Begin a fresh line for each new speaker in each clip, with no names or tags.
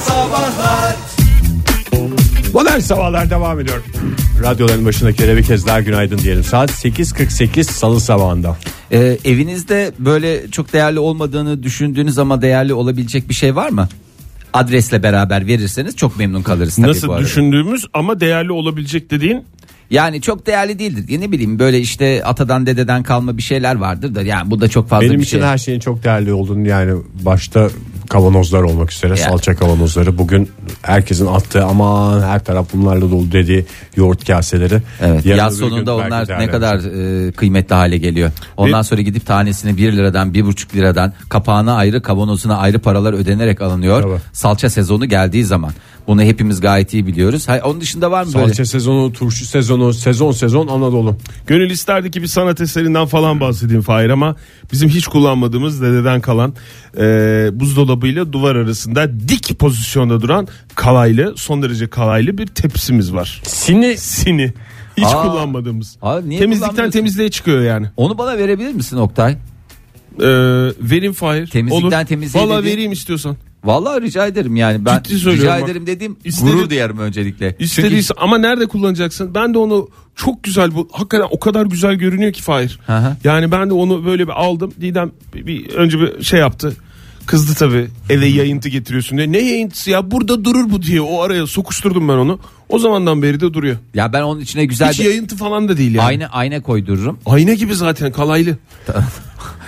Sabahlar
Modern Sabahlar devam ediyor. Radyoların başına kere bir kez daha günaydın diyelim. Saat 8.48 salı sabahında.
Ee, evinizde böyle çok değerli olmadığını düşündüğünüz ama değerli olabilecek bir şey var mı? Adresle beraber verirseniz çok memnun kalırız tabii bu
Nasıl
arada.
düşündüğümüz ama değerli olabilecek dediğin
Yani çok değerli değildir. Ya ne bileyim böyle işte atadan dededen kalma bir şeyler vardır da yani bu da çok fazla
Benim
bir
için
şey.
her şeyin çok değerli olduğunu yani başta kavanozlar olmak üzere
Ya.
salça kavanozları bugün herkesin attığı aman her taraf bunlarla dolu dediği yoğurt kaseleri.
Evet,
Yarın
yaz
öbür gün
sonunda
belki
onlar
değerli
ne kadar e, kıymetli hale geliyor. Ondan sonra gidip tanesini 1 liradan 1,5 liradan kapağına ayrı kavanozuna ayrı paralar ödenerek alınıyor.
Tabii.
Salça sezonu geldiği zaman. Bunu hepimiz gayet iyi biliyoruz. Hay, onun dışında var mı böyle?
Salça sezonu, turşu sezonu, sezon sezon Anadolu.
Gönül isterdi ki bir sanat eserinden falan bahsedeyim Fahir ama bizim hiç kullanmadığımız dededen kalan e, buzdolabıyla duvar arasında dik pozisyonda duran kalaylı son derece kalaylı bir tepsimiz var.
Sini
Sini. Hiç
Aa.
kullanmadığımız.
Aa, niye
Temizlikten
kullanmıyorsun?
temizliğe çıkıyor yani.
Onu bana verebilir misin Oktay?
E, verin Fahir.
Temizlikten
Olur.
temizliğe
Valla
dediğin-
vereyim istiyorsan.
Vallahi rica ederim yani ben
Ciddi söylüyorum
rica
bak.
ederim dediğim
İstediğin-
gurur duyarım öncelikle.
İstediğin ama nerede kullanacaksın? Ben de onu çok güzel bu hakikaten o kadar güzel görünüyor ki Fahir.
Hı hı.
Yani ben de onu böyle bir aldım. Didem bir, bir- önce bir şey yaptı. Kızdı tabii. Eve yayıntı getiriyorsun diye. Ne yayıntısı ya? Burada durur bu diye o araya sokuşturdum ben onu. O zamandan beri de duruyor.
Çünkü- ya ben onun içine güzel
Hiç
bir
yayıntı falan da değil yani.
ayna ayna koydururum.
Ayna gibi zaten kalaylı.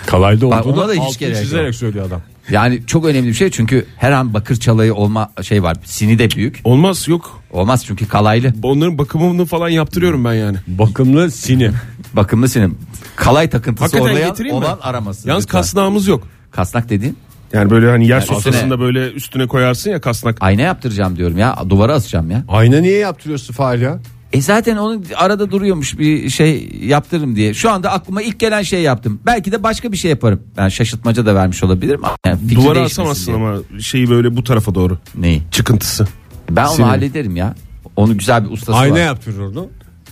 kalayda
Bak,
olduğunu
ona da hiç
altını
gerek yok.
çizerek söylüyor adam.
Yani çok önemli bir şey çünkü her an bakır çalayı olma şey var. Sini de büyük.
Olmaz yok.
Olmaz çünkü kalaylı.
Onların bakımını falan yaptırıyorum ben yani.
Bakımlı sini.
Bakımlı sinim. Kalay takıntısı
Hakikaten
olmayan
getireyim mi?
olan aramasın.
Yalnız
lütfen.
kasnağımız yok.
kasnak dediğin
Yani böyle hani yer
üstüne-
sofrasında böyle üstüne koyarsın ya kasnak.
ayna yaptıracağım diyorum ya duvara asacağım ya.
Ayna niye yaptırıyorsun Fahir ya?
E zaten onun arada duruyormuş bir şey yaptırırım diye. Şu anda aklıma ilk gelen şey yaptım. Belki de başka bir şey yaparım. Ben şaşırtmaca da vermiş olabilirim. ama Yani fikir
Duvara
değişmesin
asamazsın
diye.
ama şeyi böyle bu tarafa doğru.
Neyi?
Çıkıntısı.
Ben onu
Sinir.
hallederim ya. Onu güzel bir ustası
Ayna
var.
yaptırırdın.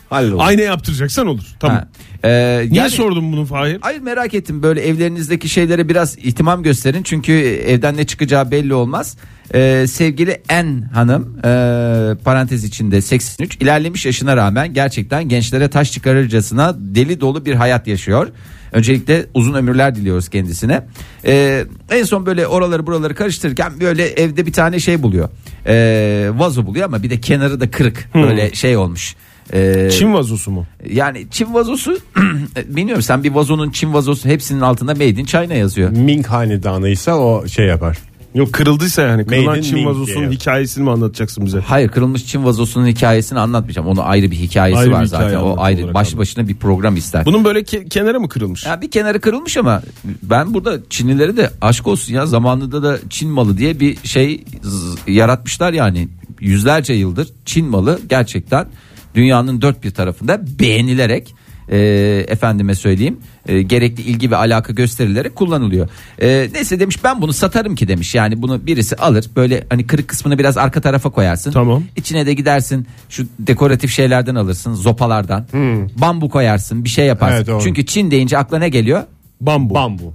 Hallolur.
Ayna yaptıracaksan olur. Tamam.
Ha. Ee,
Niye
yani-
sordum bunu Fahir?
Hayır merak ettim böyle evlerinizdeki şeylere biraz ihtimam gösterin çünkü e, evden ne çıkacağı belli olmaz. Ee, sevgili En Hanım e, parantez içinde 83 ilerlemiş yaşına rağmen gerçekten gençlere taş çıkarırcasına deli dolu bir hayat yaşıyor. Öncelikle uzun ömürler diliyoruz kendisine. Ee, en son böyle oraları buraları karıştırırken böyle evde bir tane şey buluyor. Ee, vazo buluyor ama bir de kenarı da kırık böyle şey olmuş. Ee,
Çin vazosu mu?
yani Çin vazosu bilmiyorum sen bir vazonun Çin vazosu hepsinin altında Made in China yazıyor.
Ming hanedanıysa o şey yapar.
Yok kırıldıysa yani.
Made
Kırılan
in
Çin
Ming
vazosunun
diye.
hikayesini mi anlatacaksın bize?
Hayır kırılmış Çin vazosunun hikayesini anlatmayacağım. Onun ayrı bir hikayesi
Ayrı bir
var
hikaye
zaten. O
anlatı
ayrı
olarak
baş
anlat.
başına bir program ister.
Bunun böyle ke- kenara mı kırılmış?
Ya bir kenarı kırılmış ama ben burada Çinlilere de aşk olsun ya zamanında da Çin malı diye bir şey z- yaratmışlar yani yüzlerce yıldır Çin malı gerçekten dünyanın dört bir tarafında beğenilerek e, efendime söyleyeyim e, gerekli ilgi ve alaka gösterilerek kullanılıyor. E, neyse demiş ben bunu satarım ki demiş yani bunu birisi alır böyle hani kırık kısmını biraz arka tarafa koyarsın.
Tamam.
İçine de gidersin şu dekoratif şeylerden alırsın zopalardan
Hmm.
bambu koyarsın bir şey yaparsın.
Evet, doğru.
Çünkü çünkü Çin deyince akla ne geliyor?
Bambu.
Bambu.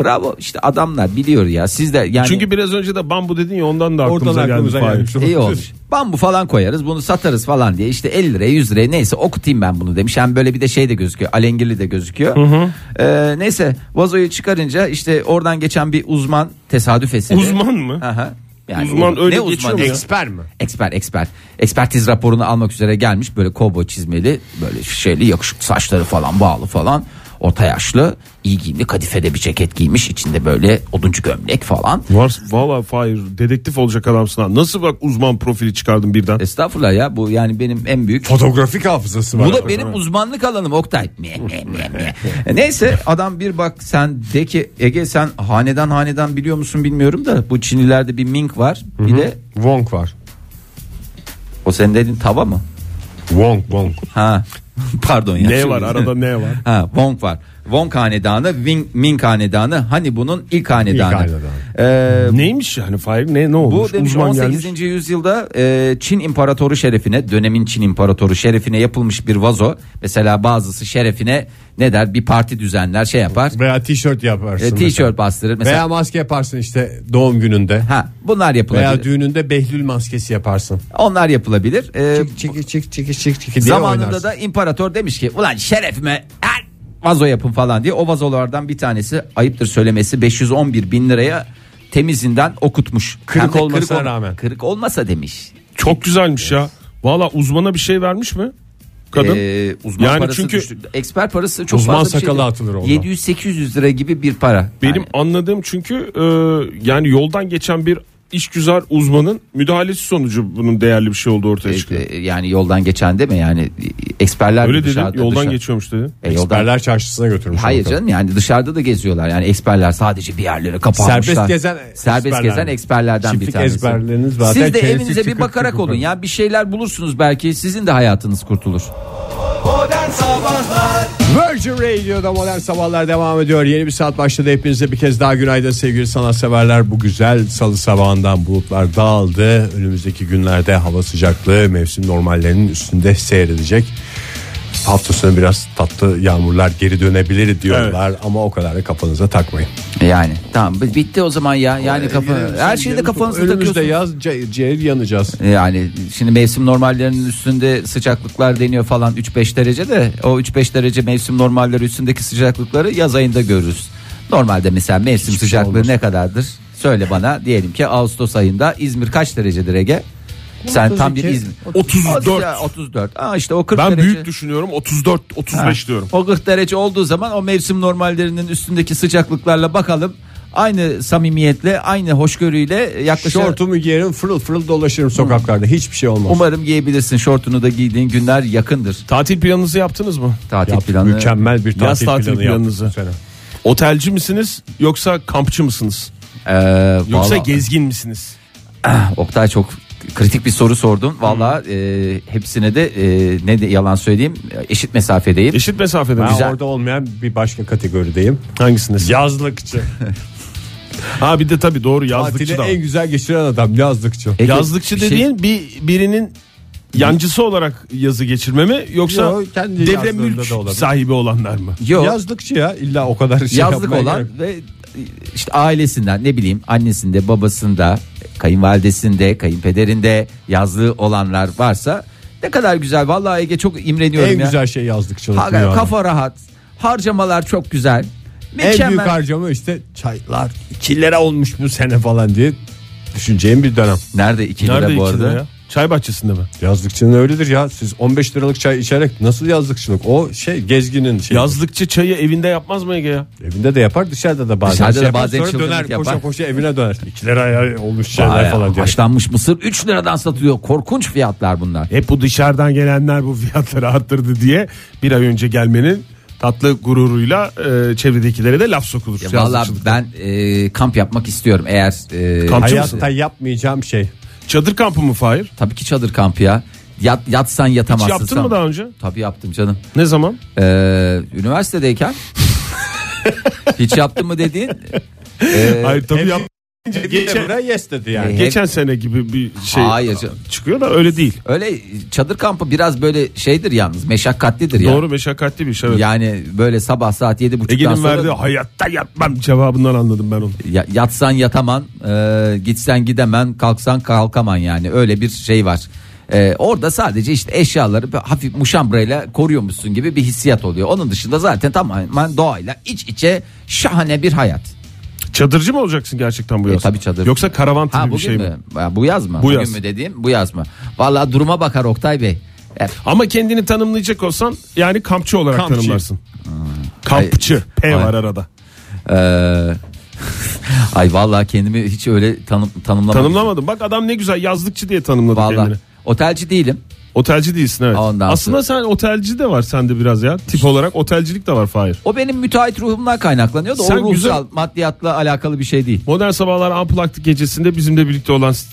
Bravo işte adamlar biliyor ya siz de yani
Çünkü biraz önce de bambu dedin ya ondan da aklımıza
Oradan aklımıza
geldi. Fahir.
gelmiş.
iyi olmuş. Bambu falan koyarız bunu satarız falan diye işte 50 liraya 100 liraya neyse okutayım ben bunu demiş. Hem böyle bir de şey de gözüküyor alengirli de gözüküyor. Ee, neyse vazoyu çıkarınca işte oradan geçen bir uzman tesadüf eseri.
Uzman mı?
Aha. Yani
Uzman
ne
öyle
uzmanı?
geçiyor mu ya?
Eksper mi?
Eksper eksper. Ekspertiz raporunu almak üzere gelmiş böyle kovboy çizmeli böyle şeyli yakışıklı saçları falan bağlı falan. Orta yaşlı iyi giyimli kadifede bir ceket giymiş içinde böyle oduncu gömlek falan.
Var, valla Fahir dedektif olacak adamsın ha. Nasıl bak uzman profili çıkardın birden?
Estağfurullah ya bu yani benim en büyük
Fotoğrafik hafızası var.
Bu da benim uzmanlık alanım Oktay. Meh, meh, meh, meh. Neyse adam bir bak sen de ki Ege sen hanedan hanedan biliyor musun bilmiyorum da bu Çinlilerde bir mink var. Bir de
Wong var.
o senin dediğin tava mı?
Wong Wong.
Ha. Pardon ya.
Ne var arada ne var?
Ha Wong var. Wong hanedanı, Wing, Ming hanedanı, hani bunun ilk hanedanı.
İlk hanedanı.
Ee,
Neymiş yani Fahir ne ne olmuş?
bu demiş
Uzman
18.
gelmiş.
yüzyılda e, Çin imparatoru şerefine dönemin Çin imparatoru şerefine yapılmış bir vazo. Mesela bazısı şerefine ne der bir parti düzenler şey yapar.
Veya tişört yaparsın.
E,
mesela.
t-shirt bastırır mesela.
Veya maske yaparsın işte doğum gününde.
ha bunlar yapılabilir.
Veya düğününde behlül maskesi yaparsın.
Onlar yapılabilir. Ee,
Çiki çiki çiki çiki çiki diye
zamanında
oynarsın.
da imparator demiş ki ulan şerefime her vazo yapın falan diye. O vazolardan bir tanesi ayıptır söylemesi 511 bin liraya temizinden okutmuş.
Kırık
Hem de
olmasına
ol-
rağmen.
Kırık olmasa demiş.
Çok güzelmiş ya. Valla uzmana bir şey vermiş mi? Kadın.
Ee, uzman
Yani
parası
çünkü-
düştü. Eksper parası çok
Uzman
fazla bir şey
sakalı
değil.
atılır ondan.
700-800 lira gibi bir para.
Benim
Yani
anladığım çünkü e, yani yoldan geçen bir işgüzar uzmanın müdahalesi sonucu bunun değerli bir şey olduğu ortaya çıkıyor.
e, e, yani yoldan geçen değil mi? Yani e, eksperler
Öyle
de
dedim
dışarıda-
yoldan
dışarı-
geçiyormuş dedi.
E, yoldan-
Berler çarşısına götürmüş.
Hayır
ortalığı.
canım yani dışarıda da geziyorlar. Yani eksperler sadece bir yerlere kapanmışlar.
Serbest gezen
serbest
eksperler.
gezen eksperlerden bir
Çiftlik
tanesi.
ezberleriniz zaten
Siz de
çerezlik
evinize bir
çıkıp
bakarak
çıkıp
olun
bakın.
ya bir şeyler bulursunuz belki sizin de hayatınız kurtulur.
Virgin Radio'da modern sabahlar devam ediyor. Yeni bir saat başladı. Hepinize bir kez daha günaydın sevgili sanatseverler. Bu güzel salı sabahından bulutlar dağıldı. Önümüzdeki günlerde hava sıcaklığı mevsim normallerinin üstünde seyredecek. Hafta sonu biraz tatlı yağmurlar geri dönebilir diyorlar ama o kadar da kafanıza takmayın.
Yani tamam b- bitti o zaman ya yani kafa her şeyi de kafanızda
Önümüzde
takıyorsunuz.
yaz ce- ciğer yanacağız.
Yani şimdi mevsim normallerinin üstünde sıcaklıklar deniyor falan 3-5 derece de o 3-5 derece mevsim normalleri üstündeki sıcaklıkları yaz ayında görürüz. Normalde mesela mevsim
Hiçbir şey
sıcaklığı
olmaz.
ne kadardır? Söyle bana diyelim ki Ağustos ayında İzmir kaç derecedir Ege? Sen tam bir
32,
İzmir.
34.
34. Aa işte o 40
Ben
derece.
büyük düşünüyorum 34 35 diyorum.
O 40 derece olduğu zaman o mevsim normallerinin üstündeki sıcaklıklarla bakalım. Aynı samimiyetle, aynı hoşgörüyle yaklaşık
Şortumu giyerim fırıl fırıl dolaşırım sokaklarda. Hiçbir şey olmaz.
Umarım giyebilirsin. Şortunu da giydiğin günler yakındır.
Tatil planınızı yaptınız mı?
Tatil
Yaptık,
planı.
Mükemmel bir tatil,
Yaz tatil
planı yaptık
planınızı.
bu sene.
Otelci misiniz yoksa kampçı mısınız?
Ee,
Yoksa
vallahi-
gezgin misiniz?
Oktay çok kritik bir soru sordun. Valla e, hepsine de e, ne de yalan söyleyeyim eşit mesafedeyim.
Eşit mesafede
Ben
misiniz?
orada olmayan bir başka kategorideyim.
Hangisiniz?
Yazlıkçı.
Ha bir de tabii doğru yazlıkçı
Tatili
da. var.
en güzel geçiren adam yazlıkçı.
Ege,
Yazlıkçı
bir şey-
dediğin bir birinin yancısı olarak yazı geçirme mi yoksa
Yo, kendi
devre
yazlığında
mülk
da olabilir.
sahibi olanlar mı?
Yok.
Yazlıkçı ya illa o kadar şey
yazlık
yapmaya
olan
gerek-
ve e, işte ailesinden ne bileyim annesinde babasında kayınvalidesinde kayınpederinde yazlığı olanlar varsa ne kadar güzel vallahi Ege çok imreniyorum
En
ya.
güzel şey yazlıkçılık.
Ha,
dünyanın.
kafa rahat harcamalar çok güzel
en büyük
mükemmel
harcama işte çaylar 2 lira olmuş bu sene falan diye düşüneceğim bir dönem.
nerede 2 lira
Nerede
bu
ikili
arada
ya? Çay bahçesinde mi?
Yazlıkçının öyledir ya. Siz 15 liralık çay içerek nasıl yazlıkçılık? O şey gezginin şey.
Yazlıkçı çayı evinde yapmaz mı Ege ya?
Evinde de yapar dışarıda da bazen.
Dışarıda
şey
da
yapar,
bazen
sonra döner
çılgınlık yapar.
koşa koşa evine döner. 2 liraya olmuş
Vay
şeyler
ya,
falan diye.
haşlanmış mısır 3 liradan satılıyor korkunç fiyatlar bunlar
Hep bu dışarıdan gelenler bu fiyatları arttırdı diye bir ay önce gelmenin tatlı gururuyla e, çevredekilere de laf sokulur.
Ya Vallahi
Yazlıkçılık.
ben e, kamp yapmak istiyorum eğer e,
Kamp- Kampçı mısın?
Hayatta yapmayacağım şey.
Çadır kampı mı Fahir?
tabii ki çadır kampı ya Yat, yatsan yatamazsın.
Hiç yaptın
sen.
mı daha önce?
Tabii yaptım canım.
Ne zaman?
Ee, üniversitedeyken hiç yaptın mı dediğin e,
Hayır tabii
Hep-
yap. Geçen,
Geçen, yes dedi yani.
Hep-
geçen sene gibi bir şey
Hayır canım.
çıkıyor da öyle değil.
öyle çadır kampı biraz böyle şeydir yalnız meşakkatlidir ya.
Doğru meşakkatli bir iş evet.
Yani böyle sabah saat yedi buçuktan
Ege'nin verdiği
sonra
hayatta yapmam cevabından anladım ben onu.
ya- yatsan yataman, e, gitsen gidemen, kalksan kalkaman yani öyle bir şey var. E, orada sadece işte eşyaları bir hafif muşambrayla koruyormuşsun gibi bir hissiyat oluyor. Onun dışında zaten tamamen doğayla iç içe şahane bir hayat.
Çadırcı mı olacaksın gerçekten bu yaz?
tabii çadır.
Yoksa karavan tipi
Ha
bir
bugün
şey mi?
mü? Ha, Bu yaz mı?
Bu
bugün
yaz.
mü dediğim bu yaz mı? Vallahi duruma bakar Oktay Bey. E,
Ama kendini tanımlayacak olsan yani kampçı olarak
Kampçı.
tanımlarsın. Kampçı. P
Hmm. Ay.
var arada.
e, ay vallahi kendimi hiç öyle tanım, tanımlamadım.
Tanımlamadım. Bak adam ne güzel yazlıkçı diye tanımladı
Vallahi
kendini.
otelci değilim.
Otelci değilsin evet.
Ondan
Aslında sen otelci de var sende biraz ya. Tip olarak otelcilik de var Fahir.
O benim müteahhit ruhumdan kaynaklanıyor da
Sen
o ruhsal
güzel-
maddiyatla alakalı bir şey değil.
Modern Sabahlar Unplugged gecesinde bizimle birlikte olan s-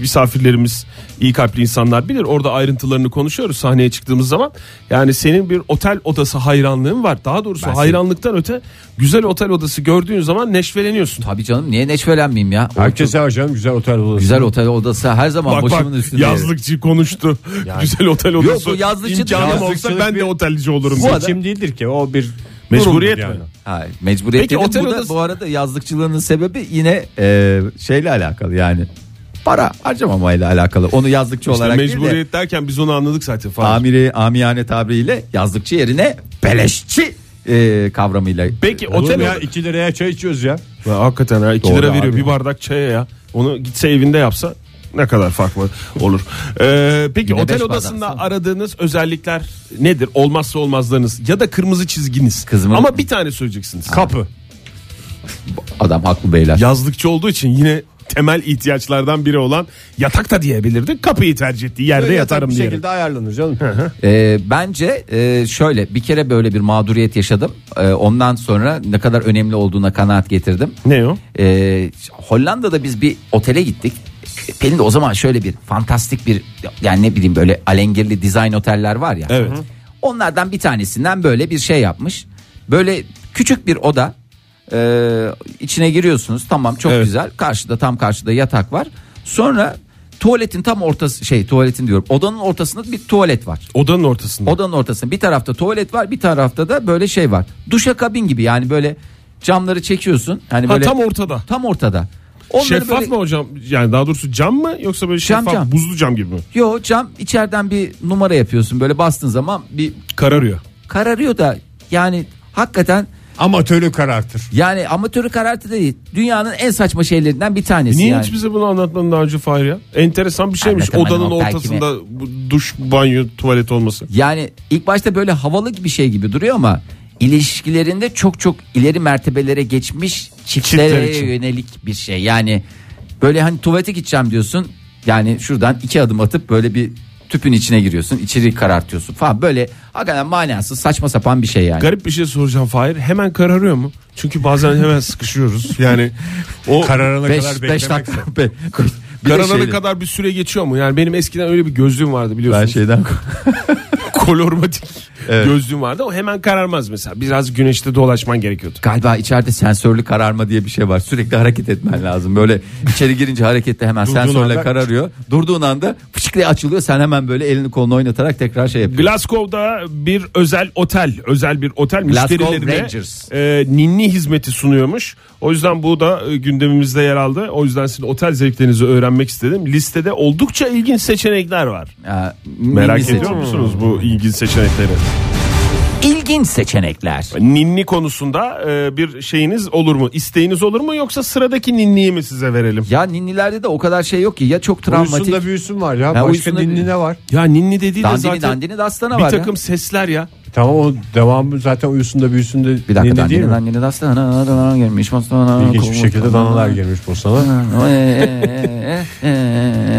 misafirlerimiz iyi kalpli insanlar bilir. Orada ayrıntılarını konuşuyoruz sahneye çıktığımız zaman. Yani senin bir otel odası hayranlığın var. Daha doğrusu
Ben
hayranlıktan öte güzel otel odası gördüğün zaman neşveleniyorsun.
Tabii canım niye neşvelenmeyeyim ya? O çok
Herkese hocam güzel otel odası.
güzel otel odası her zaman
Bak bak
başımın üstünde.
yazlıkçı konuştu. Güzel otel odası.
o yazlıkçı
İmkanım
değil.
olsa
Yazlıkçılık
ben de
bir-
otelci olurum.
Bu
diye.
Seçim değildir ki o bir
Mecburiyet
durumdur
mi?
Ha, mecburiyet
Peki
dedim.
otel
bu, da-
odası-
bu arada yazlıkçılığının sebebi yine e, şeyle alakalı yani. Para harcamamayla alakalı. Onu yazlıkçı
İşte
olarak değil de
mecburiyet derken biz onu anladık zaten. Fahir.
amiri amiyane tabiriyle yazlıkçı yerine beleşçi e, kavramıyla.
Peki
Otel
otel
ya 2 liraya çay içiyoruz ya.
Ya hakikaten ha 2
Doğru
lira veriyor
abi.
bir bardak çaya ya. Onu gitse evinde yapsa ne kadar fark var olur. Ee, peki
Yine beş
otel
bardak
odasında
sana.
aradığınız özellikler nedir? Olmazsa olmazlarınız ya da kırmızı çizginiz.
Kızımın-
Ama bir tane söyleyeceksiniz.
Kapı.
Adam haklı beyler.
Yazlıkçı olduğu için yine temel ihtiyaçlardan biri olan yatak da diyebilirdik. Kapıyı tercih ettiği yerde
Böyle yatak
yatarım
bir
diye.
şekilde ayarlanır canım.
Ee, bence e, şöyle bir kere böyle bir mağduriyet yaşadım. Ee, ondan sonra ne kadar önemli olduğuna kanaat getirdim.
Ne o?
Ee, Hollanda'da biz bir otele gittik. Pelin de o zaman şöyle bir fantastik bir yani ne bileyim böyle alengirli dizayn oteller var ya.
Evet.
Onlardan bir tanesinden böyle bir şey yapmış. Böyle küçük bir oda ee, içine giriyorsunuz tamam çok
Evet.
güzel karşıda tam karşıda yatak var. Sonra tuvaletin tam ortası şey tuvaletin diyorum odanın ortasında bir tuvalet var.
Odanın ortasında.
Odanın ortasında bir tarafta tuvalet var bir tarafta da böyle şey var. Duşa kabin gibi yani böyle camları çekiyorsun. Hani
ha,
böyle
tam ortada.
tam ortada. Onları
Şeffaf
böyle-
mı hocam? Yani daha doğrusu cam mı yoksa böyle
Cam,
şeffaf
cam.
buzlu cam gibi mi?
Yo cam içeriden bir numara yapıyorsun böyle bastığın zaman bir
Kararıyor.
kararıyor da yani hakikaten
Amatörü karartır.
yani amatörü karartı değil. Dünyanın en saçma şeylerinden bir tanesi
E Niye
yani.
hiç bize bunu anlatmadın daha önce Fahir ya? Enteresan bir şeymiş
Anlatamadım
odanın
o belki
ortasında bu duş, banyo, tuvalet olması.
Yani ilk başta böyle havalı bir şey gibi duruyor ama ilişkilerinde çok çok ileri mertebelere geçmiş
Çiftler
çiftlere
için.
yönelik bir şey. Yani böyle hani tuvalete gideceğim diyorsun. Yani şuradan iki adım atıp böyle bir tüpün içine giriyorsun. içeri karartıyorsun falan. Böyle hakikaten manasız saçma sapan bir şey yani.
Garip bir şey soracağım Fahir. Hemen kararıyor mu? Çünkü bazen hemen sıkışıyoruz. Yani o
Kararana kadar
5
beklemek.
5 dakika. Be, bir de
kararana
şeyde-
kadar bir süre geçiyor mu? Yani benim eskiden öyle bir gözlüğüm vardı
ben
biliyorsunuz.
şeyden
Kolormatik
Evet.
gözlüğüm vardı. O hemen kararmaz mesela. Biraz güneşte dolaşman gerekiyordu.
galiba içeride sensörlü kararma diye bir şey var. Sürekli hareket etmen lazım. Böyle içeri girince harekette hemen sensörle
anda-
kararıyor. Durduğun anda fışık diye açılıyor. Sen hemen böyle elini kolunu oynatarak tekrar şey yapıyorsun.
Glasgow'da bir özel otel, özel bir otel
Glasgow
müşterilerine
Rangers.
e, ninni hizmeti sunuyormuş. O yüzden bu da e, gündemimizde yer aldı. O yüzden sizin otel zevklerinizi öğrenmek istedim. Listede oldukça ilginç seçenekler var.
Aa,
Merak
ninni seçen-
ediyor musunuz bu ilginç seçenekleri?
İlginç seçenekler.
Ninni konusunda e, bir şeyiniz olur mu? İsteğiniz olur mu yoksa sıradaki ninniyi mi size verelim?
Ya ninnilerde de o kadar şey yok ki. Ya çok travmatik.
Uyusunda büyüsün var ya.
Ha,
Başka
uyusunda
ninni
bir-
ne var?
Ya ninni dediği de
Dandini
zaten
dandini dastana
bir
var
takım
ya.
sesler ya.
Tamam o devamı zaten uyusunda büyüsünde
Bir dakika
ninni değil
dandini
mi?
dandini dastana. Danalar gelmiş. Mastana,
İlginç bir şekilde danalar gelmiş bu sana.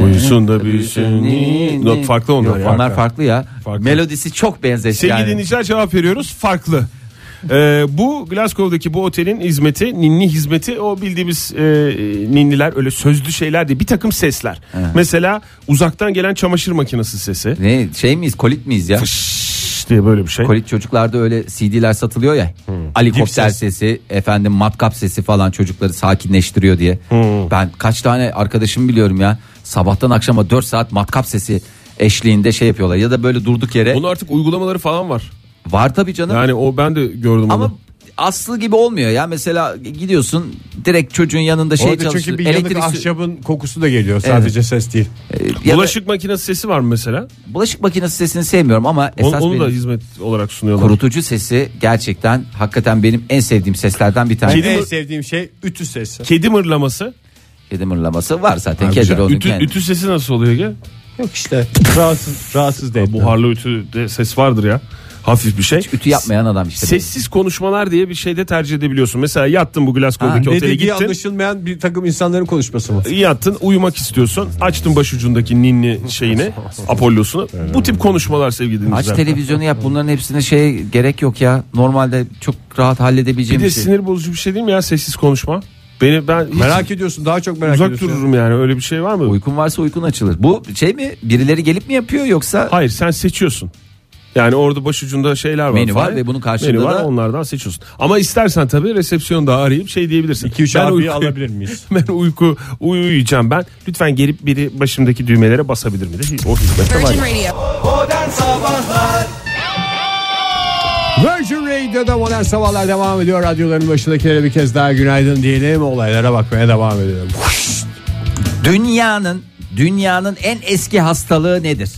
Uyusun da büyüsün. Yok, farklı onlar ya.
Onlar farklı ya. Melodisi çok benzeş
Sevgili
yani.
dinleyiciler cevap veriyoruz. Farklı. Ee, bu Glasgow'daki bu otelin hizmeti, ninni hizmeti o bildiğimiz e, ninniler öyle sözlü şeyler değil. Bir takım sesler. Mesela uzaktan gelen çamaşır makinesi sesi.
Ne şey miyiz kolit miyiz ya?
Şşş diye böyle bir şey.
Kolit çocuklarda öyle CD'ler satılıyor ya.
Hmm.
Helikopter
Dip ses.
sesi, efendim matkap sesi falan çocukları sakinleştiriyor diye.
Hmm.
Ben kaç tane arkadaşım biliyorum ya. Sabahtan akşama 4 saat matkap sesi eşliğinde şey yapıyorlar ya da böyle durduk yere.
Onun artık uygulamaları falan var.
Var tabii canım.
Yani o ben de gördüm
Ama
onu.
aslı gibi olmuyor ya. Mesela gidiyorsun direkt çocuğun yanında şey
Orada
çalıştır.
çünkü bir yanık
elektrik sü- e,
ahşabın kokusu da geliyor. Sadece ses değil.
ya da
Bulaşık makinesi sesi var mı mesela?
bulaşık makinesi sesini sevmiyorum ama
Onu-
esas
onu da
benim
hizmet olarak sunuyorlar.
kurutucu sesi gerçekten hakikaten benim en sevdiğim seslerden bir tanesi.
Kedi-
En
mır-
sevdiğim şey ütü sesi.
Kedi mırlaması.
Kedi mırlaması var zaten.
Ha,
Kedi
güzel.
de onun
Ütü,
kendi.
ütü sesi nasıl oluyor ki?
Yok işte rahatsız rahatsız değil.
Buharlı ütü de ses vardır ya. hafif bir şey.
Ütü yapmayan adam işte.
Sessiz konuşmalar diye bir şey de tercih edebiliyorsun. Mesela yattın bu
Ne
Glasgow'daki otele
dediği
gittin.
anlaşılmayan bir takım insanların konuşması mı?
Yattın uyumak istiyorsun. Açtın başucundaki ninni şeyini. Apollosunu. Bu tip konuşmalar sevgili
Aç
dinleyiciler.
televizyonu yap bunların hepsine şey gerek yok ya. Normalde çok rahat
Bir
halledebileceğim
de
bir şey.
sinir bozucu bir şey değil mi ya sessiz konuşma? Beni ben hiç
Merak ediyorsun daha çok merak
uzak
ediyorsun.
dururum yani öyle bir şey var mı?
Uykun varsa uykun açılır. Bu şey mi? Birileri gelip mi yapıyor yoksa
Hayır sen seçiyorsun. Yani orada başucunda şeyler var.
Menü var
falan.
ve bunun karşılığında
Menü var
da-
onlardan seçiyorsun. Ama istersen tabii resepsiyonda arayıp şey diyebilirsin.
2-3
Ben
abiyi
uykuyu-
alabilir miyiz?
Ben uyku uyuyacağım ben. Lütfen gelip biri başımdaki düğmelere basabilir mi? de? O hizmette var.
Virgin Radio.
Virgin Radio'da modern sabahlar devam ediyor. Radyoların başındakilere bir kez daha günaydın diyelim. Olaylara bakmaya devam edelim.
dünyanın dünyanın en eski hastalığı nedir?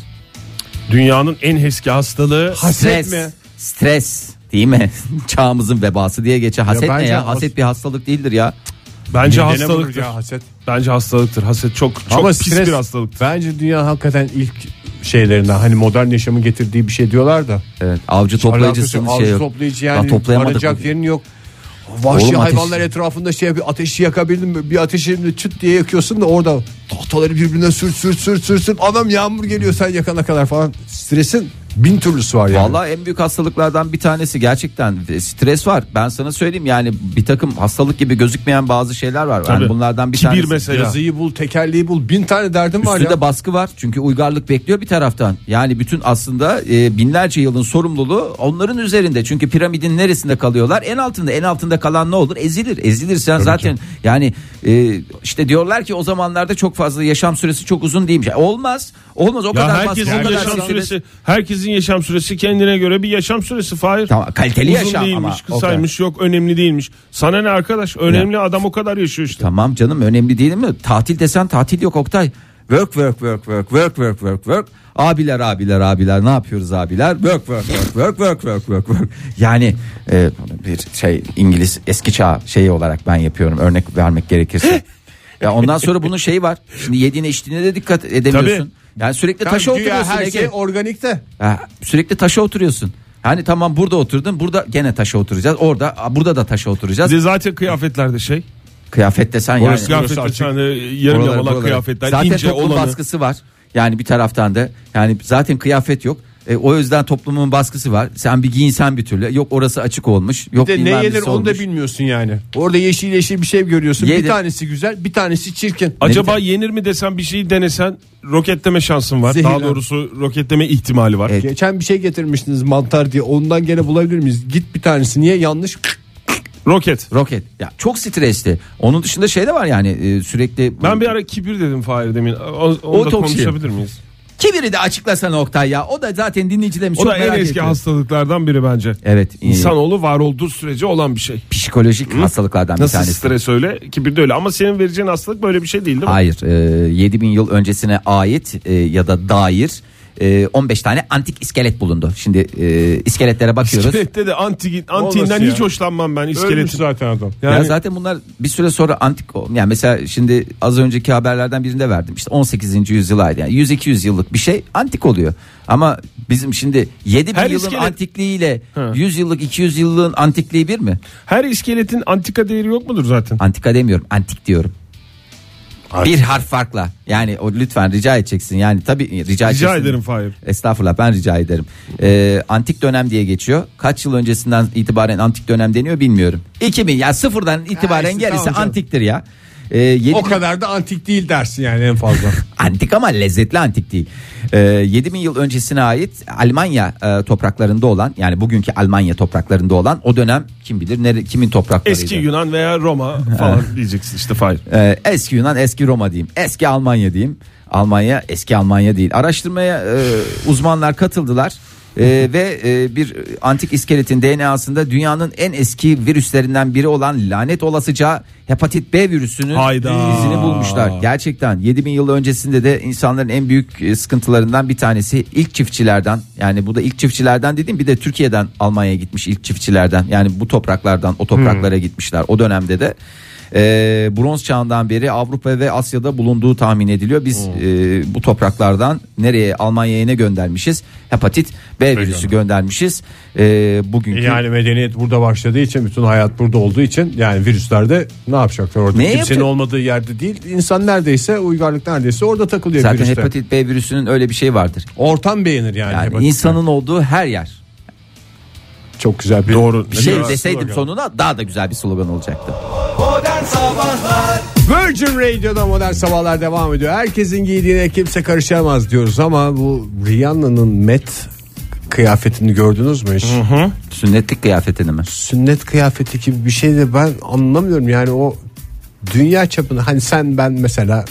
Dünyanın en eski hastalığı
Haset
Stres.
mi?
Stres değil mi? Çağımızın vebası diye geçer. Haset ne
bence
ya?
has-
Haset bir hastalık değildir ya.
bence
Midene
hastalıktır.
vurur ya haset.
Bence hastalıktır. Haset çok çok
Ama
pis
stres
bir hastalıktır.
Bence dünya hakikaten ilk şeylerinden hani modern yaşamın getirdiği bir şey diyorlar da.
Evet, avcı toplayıcısın şey
Alakası- avcı
yok.
toplayıcı
Daha
yani
toplayamadık
varacak
bugün.
yerin yok. Vahşi
Oğlum ateş-
hayvanlar etrafında şey yapıyor. Ateşi yakabildin mi? Bir ateşini çıt diye yakıyorsun da orada tahtaları birbirine sür sür sür sür sür. Adam yağmur geliyor sen yakana kadar falan. Stresin bin türlüsü var yani.
Vallahi en büyük hastalıklardan bir tanesi gerçekten e, stres var. Ben sana söyleyeyim yani bir takım hastalık gibi gözükmeyen bazı şeyler var. Yani
Tabii.
bunlardan bir
Kibir
tanesi.
mesela.
Yazıyı bul, tekerleği bul. Bin tane derdim var
Üstünde
ya.
baskı var çünkü uygarlık bekliyor bir taraftan. Yani bütün aslında e, binlerce yılın sorumluluğu onların üzerinde. Çünkü piramidin neresinde kalıyorlar? En altında. En altında kalan ne olur? Ezilir. Ezilirsen zaten yani e, işte diyorlar ki o zamanlarda çok fazla yaşam süresi çok uzun değilmiş. Ya Olmaz. Olmaz o
Ya
kadar
herkesin
baskı, o kadar
yaşam
stres.
süresi, herkesin yaşam süresi kendine göre bir yaşam süresi Fahir.
Tamam, kaliteli
Uzun
yaşam
değilmiş,
ama.
kısaymış yok önemli değilmiş. Sana ne arkadaş? Önemli adam o kadar yaşıyor işte.
Tamam canım önemli değil mi? Tatil desen tatil yok Oktay. Work work work work work work work work. Abiler abiler abiler ne yapıyoruz abiler? Work work work work work work work work. Yani e, bunu bir şey İngiliz eski çağ şeyi olarak ben yapıyorum örnek vermek gerekirse. ya ondan sonra bunun şeyi var. Şimdi yediğine içtiğine de dikkat edemiyorsun. Yani sürekli taşa
Tamam, güya
oturuyorsun.
her
Ege.
şey organik de.
Ha, sürekli taşa oturuyorsun. Hani tamam burada oturdun burada gene taşa oturacağız. Orada a, burada da taşa oturacağız.
Bir de zaten kıyafetlerde şey.
Kıyafet desen yani.
Orası kıyafet
Burası
yani yarım
Oralara,
yamalak
buralara.
kıyafetler
zaten
ince
toplum
olanı.
baskısı var. Yani bir taraftan da yani zaten kıyafet yok. E, o yüzden toplumun baskısı var. Sen bir giyinsen bir türlü. Yok orası açık olmuş. Yok
Bir de ne
bilmem
yenir
nesi
onu da
olmuş.
bilmiyorsun yani. Orada yeşil yeşil bir şey görüyorsun.
Yedi.
Bir tanesi güzel, bir tanesi çirkin.
Acaba yenir mi desem bir şeyi denesen roketleme şansın var. Daha
Zehirlen.
doğrusu roketleme ihtimali var.
Evet.
Geçen bir şey getirmiştiniz mantar diye. Ondan gene bulabilir miyiz? Git bir tanesi niye yanlış?
Roket.
Roket. Ya çok stresli. Onun dışında şey de var yani e, sürekli.
Ben bir ara kibir dedim Fahir demin. O,
O
onu da
çok
konuşabilir miyiz?
Kibiri de açıklasana Oktay ya. O da zaten dinleyicilerimiz
O
çok
da en
merak
eski
ediyor.
hastalıklardan biri bence.
Evet. e,
İnsanoğlu var olduğu sürece olan bir şey.
psikolojik hastalıklardan bir
Nasıl
tanesi.
stres öyle? Kibir de öyle. Ama senin vereceğin hastalık böyle bir şey değil değil mi?
Hayır. E, 7000 yıl öncesine ait e, ya da dair e, 15 tane antik iskelet bulundu. Şimdi e, iskeletlere bakıyoruz.
İskelette de anti,
Olması
antiğinden
ya.
hiç hoşlanmam ben
Ölmüş
iskeletin.
zaten adam.
Yani
ya zaten bunlar bir süre sonra antik yani mesela şimdi az önceki haberlerden birinde verdim işte 18. yüzyıla ait yani 100-200 yıllık bir şey antik oluyor. Ama bizim şimdi 7000
Her
yılın
iskelet-
antikliğiyle
Ha.
100 yıllık 200 yıllığın antikliği bir mi?
her iskeletin antika değeri yok mudur zaten?
Antika demiyorum antik diyorum. Bir harf farkla yani o lütfen rica edeceksin yani tabii rica,
Rica
edeceksin.
ederim Fahir.
Estağfurullah ben rica ederim. Ee, antik dönem diye geçiyor. Kaç yıl öncesinden itibaren antik dönem deniyor bilmiyorum. 2000 ya sıfırdan itibaren
Ha, işte
gerisi
tamam canım.
antiktir ya. Ee, yedi-
O kadar da antik değil dersin yani en fazla.
Antik ama lezzetli antik değil. Ee, 7000 yıl öncesine ait Almanya e, topraklarında olan yani bugünkü Almanya topraklarında olan o dönem kim bilir nere, kimin topraklarıydı.
Eski Yunan veya Roma falan diyeceksin işte Fahir.
Ee, eski Yunan, eski Roma diyeyim. Eski Almanya diyeyim. Almanya eski Almanya değil. Araştırmaya e, uzmanlar katıldılar. E, ve e, bir antik iskeletin DNA'sında dünyanın en eski virüslerinden biri olan lanet olasıca hepatit B virüsünün
Hayda.
izini bulmuşlar. Gerçekten 7000 yıl öncesinde de insanların en büyük e, sıkıntılarından bir tanesi ilk çiftçilerden. Yani bu da ilk çiftçilerden dediğim bir de
Hmm.
Türkiye'den Almanya'ya gitmiş ilk çiftçilerden. Yani bu topraklardan o topraklara gitmişler. O dönemde de e, bronz çağından beri Avrupa ve Asya'da bulunduğu tahmin ediliyor. Biz
Hmm.
e, bu topraklardan nereye Almanya'ya ne göndermişiz? Hepatit B virüsü göndermişiz. E, bugünkü
Yani medeniyet burada başladığı için bütün hayat burada olduğu için yani virüsler de ne yapacaklar orada?
Ne
Kimsenin
yapacak?
olmadığı yerde değil. İnsan neredeyse uygarlık neredeyse orada takılıyor
zaten
virüsler.
hepatit B virüsünün öyle bir şey vardır.
Ortam beğenir yani.
Yani
hepatit.
insanın olduğu her yer.
çok güzel bir
Doğru.
Bir şey
Biraz
deseydim
slogan.
sonuna daha da güzel bir slogan olacaktı.
Virgin Radio'da modern sabahlar devam ediyor. Herkesin giydiğine kimse karışamaz diyoruz ama bu Rihanna'nın met kıyafetini gördünüz mü hiç?
Sünnetlik kıyafetini mi?
Sünnet kıyafeti gibi bir şey de ben anlamıyorum yani o dünya çapında hani sen ben mesela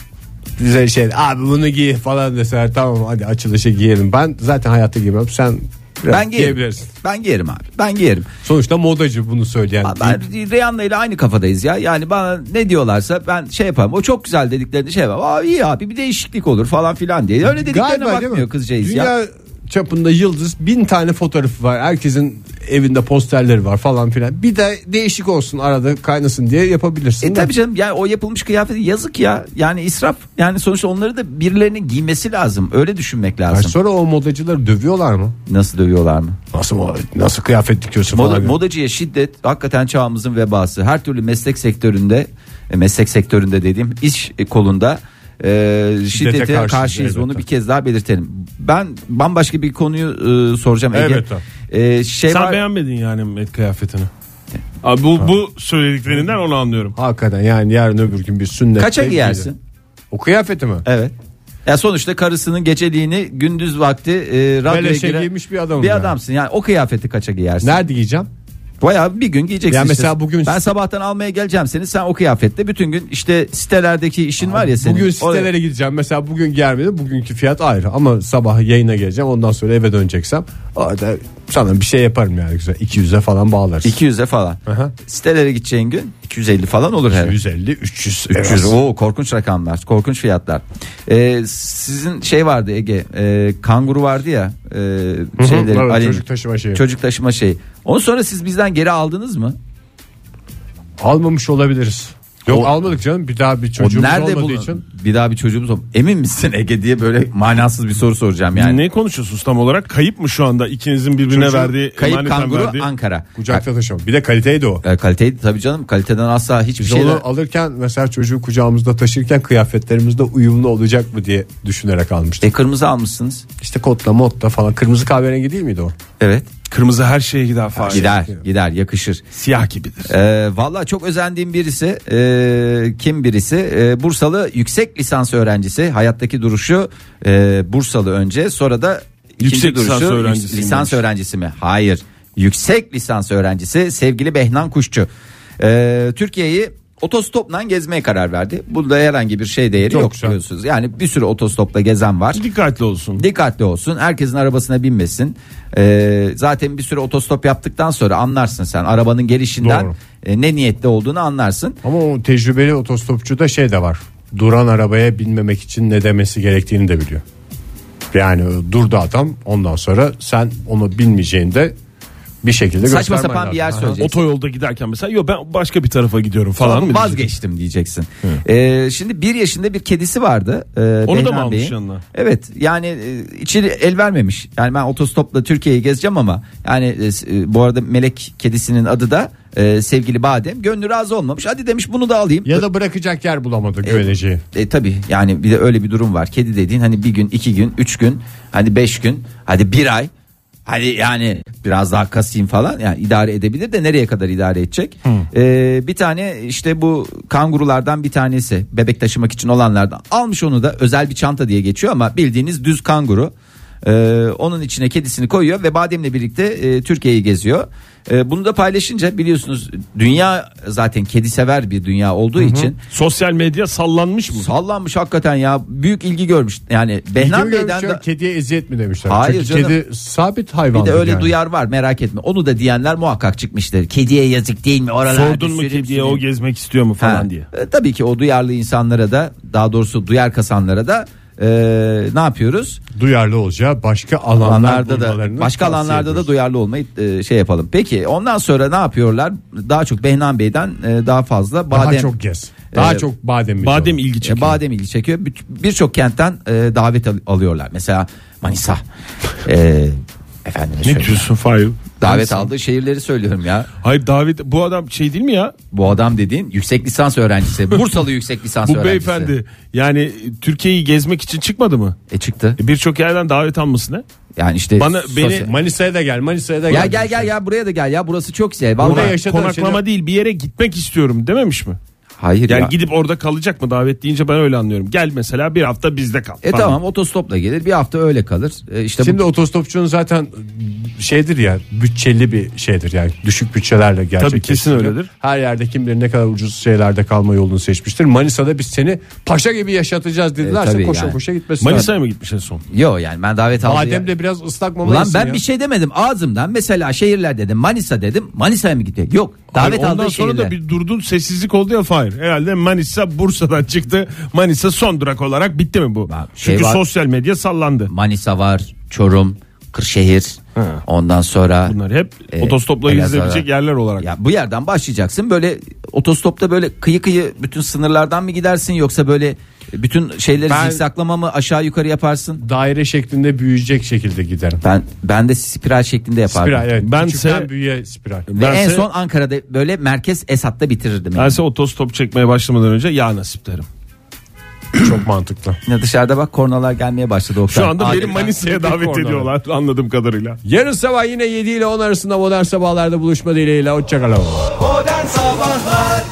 bize şey abi bunu giy falan deseler tamam hadi açılışa giyelim. Ben zaten hayatta giymem sen biraz
Ben giyerim.
giyebilirsin.
Ben giyerim abi. Ben giyerim.
Sonuçta modacı bunu söyleyen.
Abi Ben Rihanna ile aynı kafadayız ya. Yani bana ne diyorlarsa ben şey yaparım. O çok güzel dediklerini şey yaparım. Aa iyi abi bir değişiklik olur falan filan diye. Öyle dediklerine
Galiba değil mi?
bakmıyor kızcağız
Dünya
ya.
çapında yıldız bin tane fotoğrafı var. Herkesin evinde posterleri var falan filan. Bir de değişik olsun arada kaynasın diye yapabilirsin.
E
de.
tabii canım yani o yapılmış kıyafeti yazık ya. Yani israf. Yani sonuçta onları da birilerinin giymesi lazım. Öyle düşünmek
Yani
lazım.
sonra o modacıları dövüyorlar mı?
Nasıl dövüyorlar mı?
Nasıl mo- nasıl kıyafet dikiyorsun
Moda,
falan.
modacıya şiddet hakikaten çağımızın vebası. Her türlü meslek sektöründe, e, meslek sektöründe dediğim iş e, kolunda e, şiddete,
karşıyız,
karşıyız.
elbette.
Bunu bir kez daha belirtelim. Ben bambaşka bir konuyu e, soracağım Ege.
Elbette.
E, şey
Sen
var,
beğenmedin yani Met kıyafetini. Abi bu, bu söylediklerinden onu anlıyorum.
Hakikaten yani yarın öbür gün bir sünnet.
kaça giyersin?
O kıyafeti mi?
Evet. Ya sonuçta karısının geceliğini gündüz vakti e, radyoya
Beleşe
giren
giymiş bir adamım
bir
yani.
adamsın. Yani o kıyafeti kaça giyersin?
Nerede giyeceğim?
Bayağı bir gün giyeceksin.
Ya
işte.
mesela bugün-
ben sabahtan almaya geleceğim seni. Sen o kıyafetle bütün gün işte sitelerdeki işin var ya senin.
Bugün
Oraya-
sitelere gideceğim. Mesela bugün giyermedim. Bugünkü fiyat ayrı. Ama sabah yayına geleceğim. Ondan sonra eve döneceksem. Orada sana bir şey yaparım yani güzel. 200'e falan bağlarız.
200'e falan.
Aha.
Sitelere gideceğin gün 250 falan olur herhalde.
150 300
300. Oo, korkunç rakamlar, korkunç fiyatlar. Ee, sizin şey vardı Ege, e, kanguru vardı ya, e, şeyleri,
evet,
Ali'nin-
çocuk taşıma şeyi.
Çocuk taşıma şeyi. Onu sonra siz bizden geri aldınız mı?
Almamış olabiliriz. Yok
O-
almadık canım. Bir daha bir
O
çocuğumuz
nerede
olmadığı
bulun?
için.
Bir daha bir çocuğumuz ol. Emin misin Ege diye böyle manasız bir soru soracağım yani.
Ne konuşuyorsunuz tam olarak? Kayıp mı şu anda ikinizin birbirine
Çocuğu-
verdiği
Kayıp
emaneten
kanguru
verdiği?
Ankara.
Kucakta taşıma. Bir de kaliteydi o.
E, kaliteydi tabii canım. Kaliteden asla hiçbir
Biz
şey.
onu alırken mesela çocuğu kucağımızda taşırken kıyafetlerimizde uyumlu olacak mı diye düşünerek almıştık.
E kırmızı almışsınız.
İşte kotla motla falan. Kırmızı kahverengi değil miydi o?
Evet.
Kırmızı her şeye gider Fahir.
Gider, gider, yakışır.
Siyah gibidir.
E, Valla çok özendiğim birisi, e, kim birisi? E, Bursalı yüksek lisans öğrencisi. Hayattaki duruşu e, Bursalı önce, sonra da ikinci
Yüksek
duruşu
lisans
yüks-
öğrencisiymiş.
lisans öğrencisi mi? Hayır. Yüksek lisans öğrencisi sevgili Behnan Kuşçu. E, Türkiye'yi otostopla gezmeye karar verdi. Bunda herhangi bir şey değeri yok
güzel.
biliyorsunuz. Yani bir sürü otostopla gezen var.
Dikkatli olsun.
Dikkatli olsun. Herkesin arabasına binmesin. Ee, zaten bir süre otostop yaptıktan sonra anlarsın sen arabanın gelişinden
Doğru.
e, ne niyette olduğunu anlarsın.
Ama o tecrübeli otostopçuda şey de var. Duran arabaya binmemek için ne demesi gerektiğini de biliyor. Yani durdu adam ondan sonra sen onu bilmeyeceğinde bir şekilde
Saçma
göstermen
sapan
lazım.
bir yer
Aha.
söyleyeceksin.
Otoyolda giderken mesela yok ben başka bir tarafa gidiyorum falan mı? diyeceksin?
Vazgeçtim diyeceksin. Ee, şimdi bir yaşında bir kedisi vardı. Ee,
Onu da
Behram
mı almış
Bey'in.
yanına?
Evet yani e, içi el vermemiş. Yani ben otostopla Türkiye'yi gezeceğim ama yani e, s- e, bu arada Melek kedisinin adı da e, sevgili Badem. Gönlü razı olmamış. Hadi demiş bunu da alayım.
Ya da bırakacak yer bulamadı güveneceği.
E tabi yani bir de öyle bir durum var. Kedi dediğin hani bir gün, iki gün, üç gün, hani beş gün, hadi bir ay. Hadi yani biraz daha kasayım falan yani idare edebilir de nereye kadar idare edecek? E, bir tane işte bu kangurulardan bir tanesi bebek taşımak için olanlardan almış onu da özel bir çanta diye geçiyor ama bildiğiniz düz kanguru. E, onun içine kedisini koyuyor ve bademle birlikte e, Türkiye'yi geziyor. E, bunu da paylaşınca biliyorsunuz dünya zaten kedi sever bir dünya olduğu için
Sosyal medya sallanmış mı?
Sallanmış hakikaten ya. Büyük ilgi görmüş. Yani Behnan
Kedi mi
Bey'den
görmüş,
de
kediye eziyet mi demişler?
Hayır
Çünkü
canım.
kedi sabit hayvan.
bir de öyle
yani.
duyar var merak etme. Onu da diyenler muhakkak çıkmıştır. Kediye yazık değil mi? Oralarda
Sordun mu
sürünsün
kediye
diye.
o gezmek istiyor mu
Ha,
falan diye.
e, tabii ki o duyarlı insanlara da daha doğrusu duyar kasanlara da e, ne yapıyoruz?
Duyarlı olacağı başka alanlar
alanlarda da
bulmalarını
başka
tavsiye
alanlarda da
ediyoruz.
duyarlı olmayı e, şey yapalım. Peki ondan sonra ne yapıyorlar? Daha çok Behnan Bey'den e, daha fazla badem
daha çok gez. Daha
Ee,
çok badem.
Badem ilgi
e,
çekiyor.
badem ilgi çekiyor. Bir- Birçok kentten e, davet al- alıyorlar. Mesela Manisa. E, efendim
ne diyorsun Fahir?
Davet aldığı şehirleri söylüyorum ya.
Hayır davet bu adam şey değil mi ya?
Bu adam dediğin yüksek lisans öğrencisi. Bursalı yüksek lisans
Bu
öğrencisi.
beyefendi yani Türkiye'yi gezmek için çıkmadı mı?
E çıktı.
E, Birçok yerden davet alması ne?
Yani işte
Bana-
sosyal-
beni-
Manisa'ya da gel. Manisa'ya da
ya
gel.
gel gel ya buraya da gel ya burası çok güzel.
Buraya
Vallahi.
yaşa- Yaşadığım
Konaklama
şeyler-
değil bir yere gitmek istiyorum dememiş mi?
Hayır
Yani
ya.
gidip orada kalacak mı davet deyince ben öyle anlıyorum. Gel mesela bir hafta bizde kal.
E
falan.
tamam otostopla gelir bir hafta öyle kalır. E işte bu-
Şimdi otostopçunun zaten şeydir ya bütçeli bir şeydir yani düşük bütçelerle gerçekleştiriyor.
kesin öyledir.
Her yerde kim bilir ne kadar ucuz şeylerde kalma yolunu seçmiştir. Manisa'da biz seni paşa gibi yaşatacağız dedilerse
E, tabii
koşa
yani.
koşa gitmesin.
Manisa'ya mı gitmiş en son?
Yo yani ben davet aldım.
Badem de biraz ıslak mama
Ulan
yesin
ben
ya.
bir şey demedim ağzımdan mesela şehirler dedim Manisa dedim Manisa'ya mı gidecek? Yok
Hayır,
davet
ondan
aldığı
sonra
şehirler.
da bir durdun sessizlik oldu ya Fahir. Herhalde Manisa Bursa'dan çıktı. Manisa son durak olarak bitti mi bu?
Bak, şey
Çünkü
var-
sosyal medya sallandı.
Manisa var Çorum Kırşehir ondan sonra.
Bunlar hep
e,
otostopla
Elazığ'a-
gezilebilecek yerler olarak.
Ya bu yerden başlayacaksın böyle otostopta böyle kıyı kıyı bütün sınırlardan mı gidersin yoksa böyle bütün şeyleri
Ben-
zikzaklama mı aşağı yukarı yaparsın?
daire şeklinde büyüyecek şekilde giderim.
Ben ben de spiral şeklinde yapardım.
Spiral evet.
Bense-
Küçükten büyüğe spiral.
Ve en
Bense-
son Ankara'da böyle merkez Esat'ta bitirirdim. Yani.
Bense otostop çekmeye başlamadan önce ya nasip derim.
Çok mantıklı.
Ya Dışarıda bak kornalar gelmeye başladı. Oktay.
Şu anda beni
Adeta-
Manisa'ya davet
Oradan.
ediyorlar anladığım kadarıyla.
Yarın sabah yine 7 ile 10 arasında modern sabahlarda buluşma dileğiyle. Hoşçakalın.
Modern Sabahlar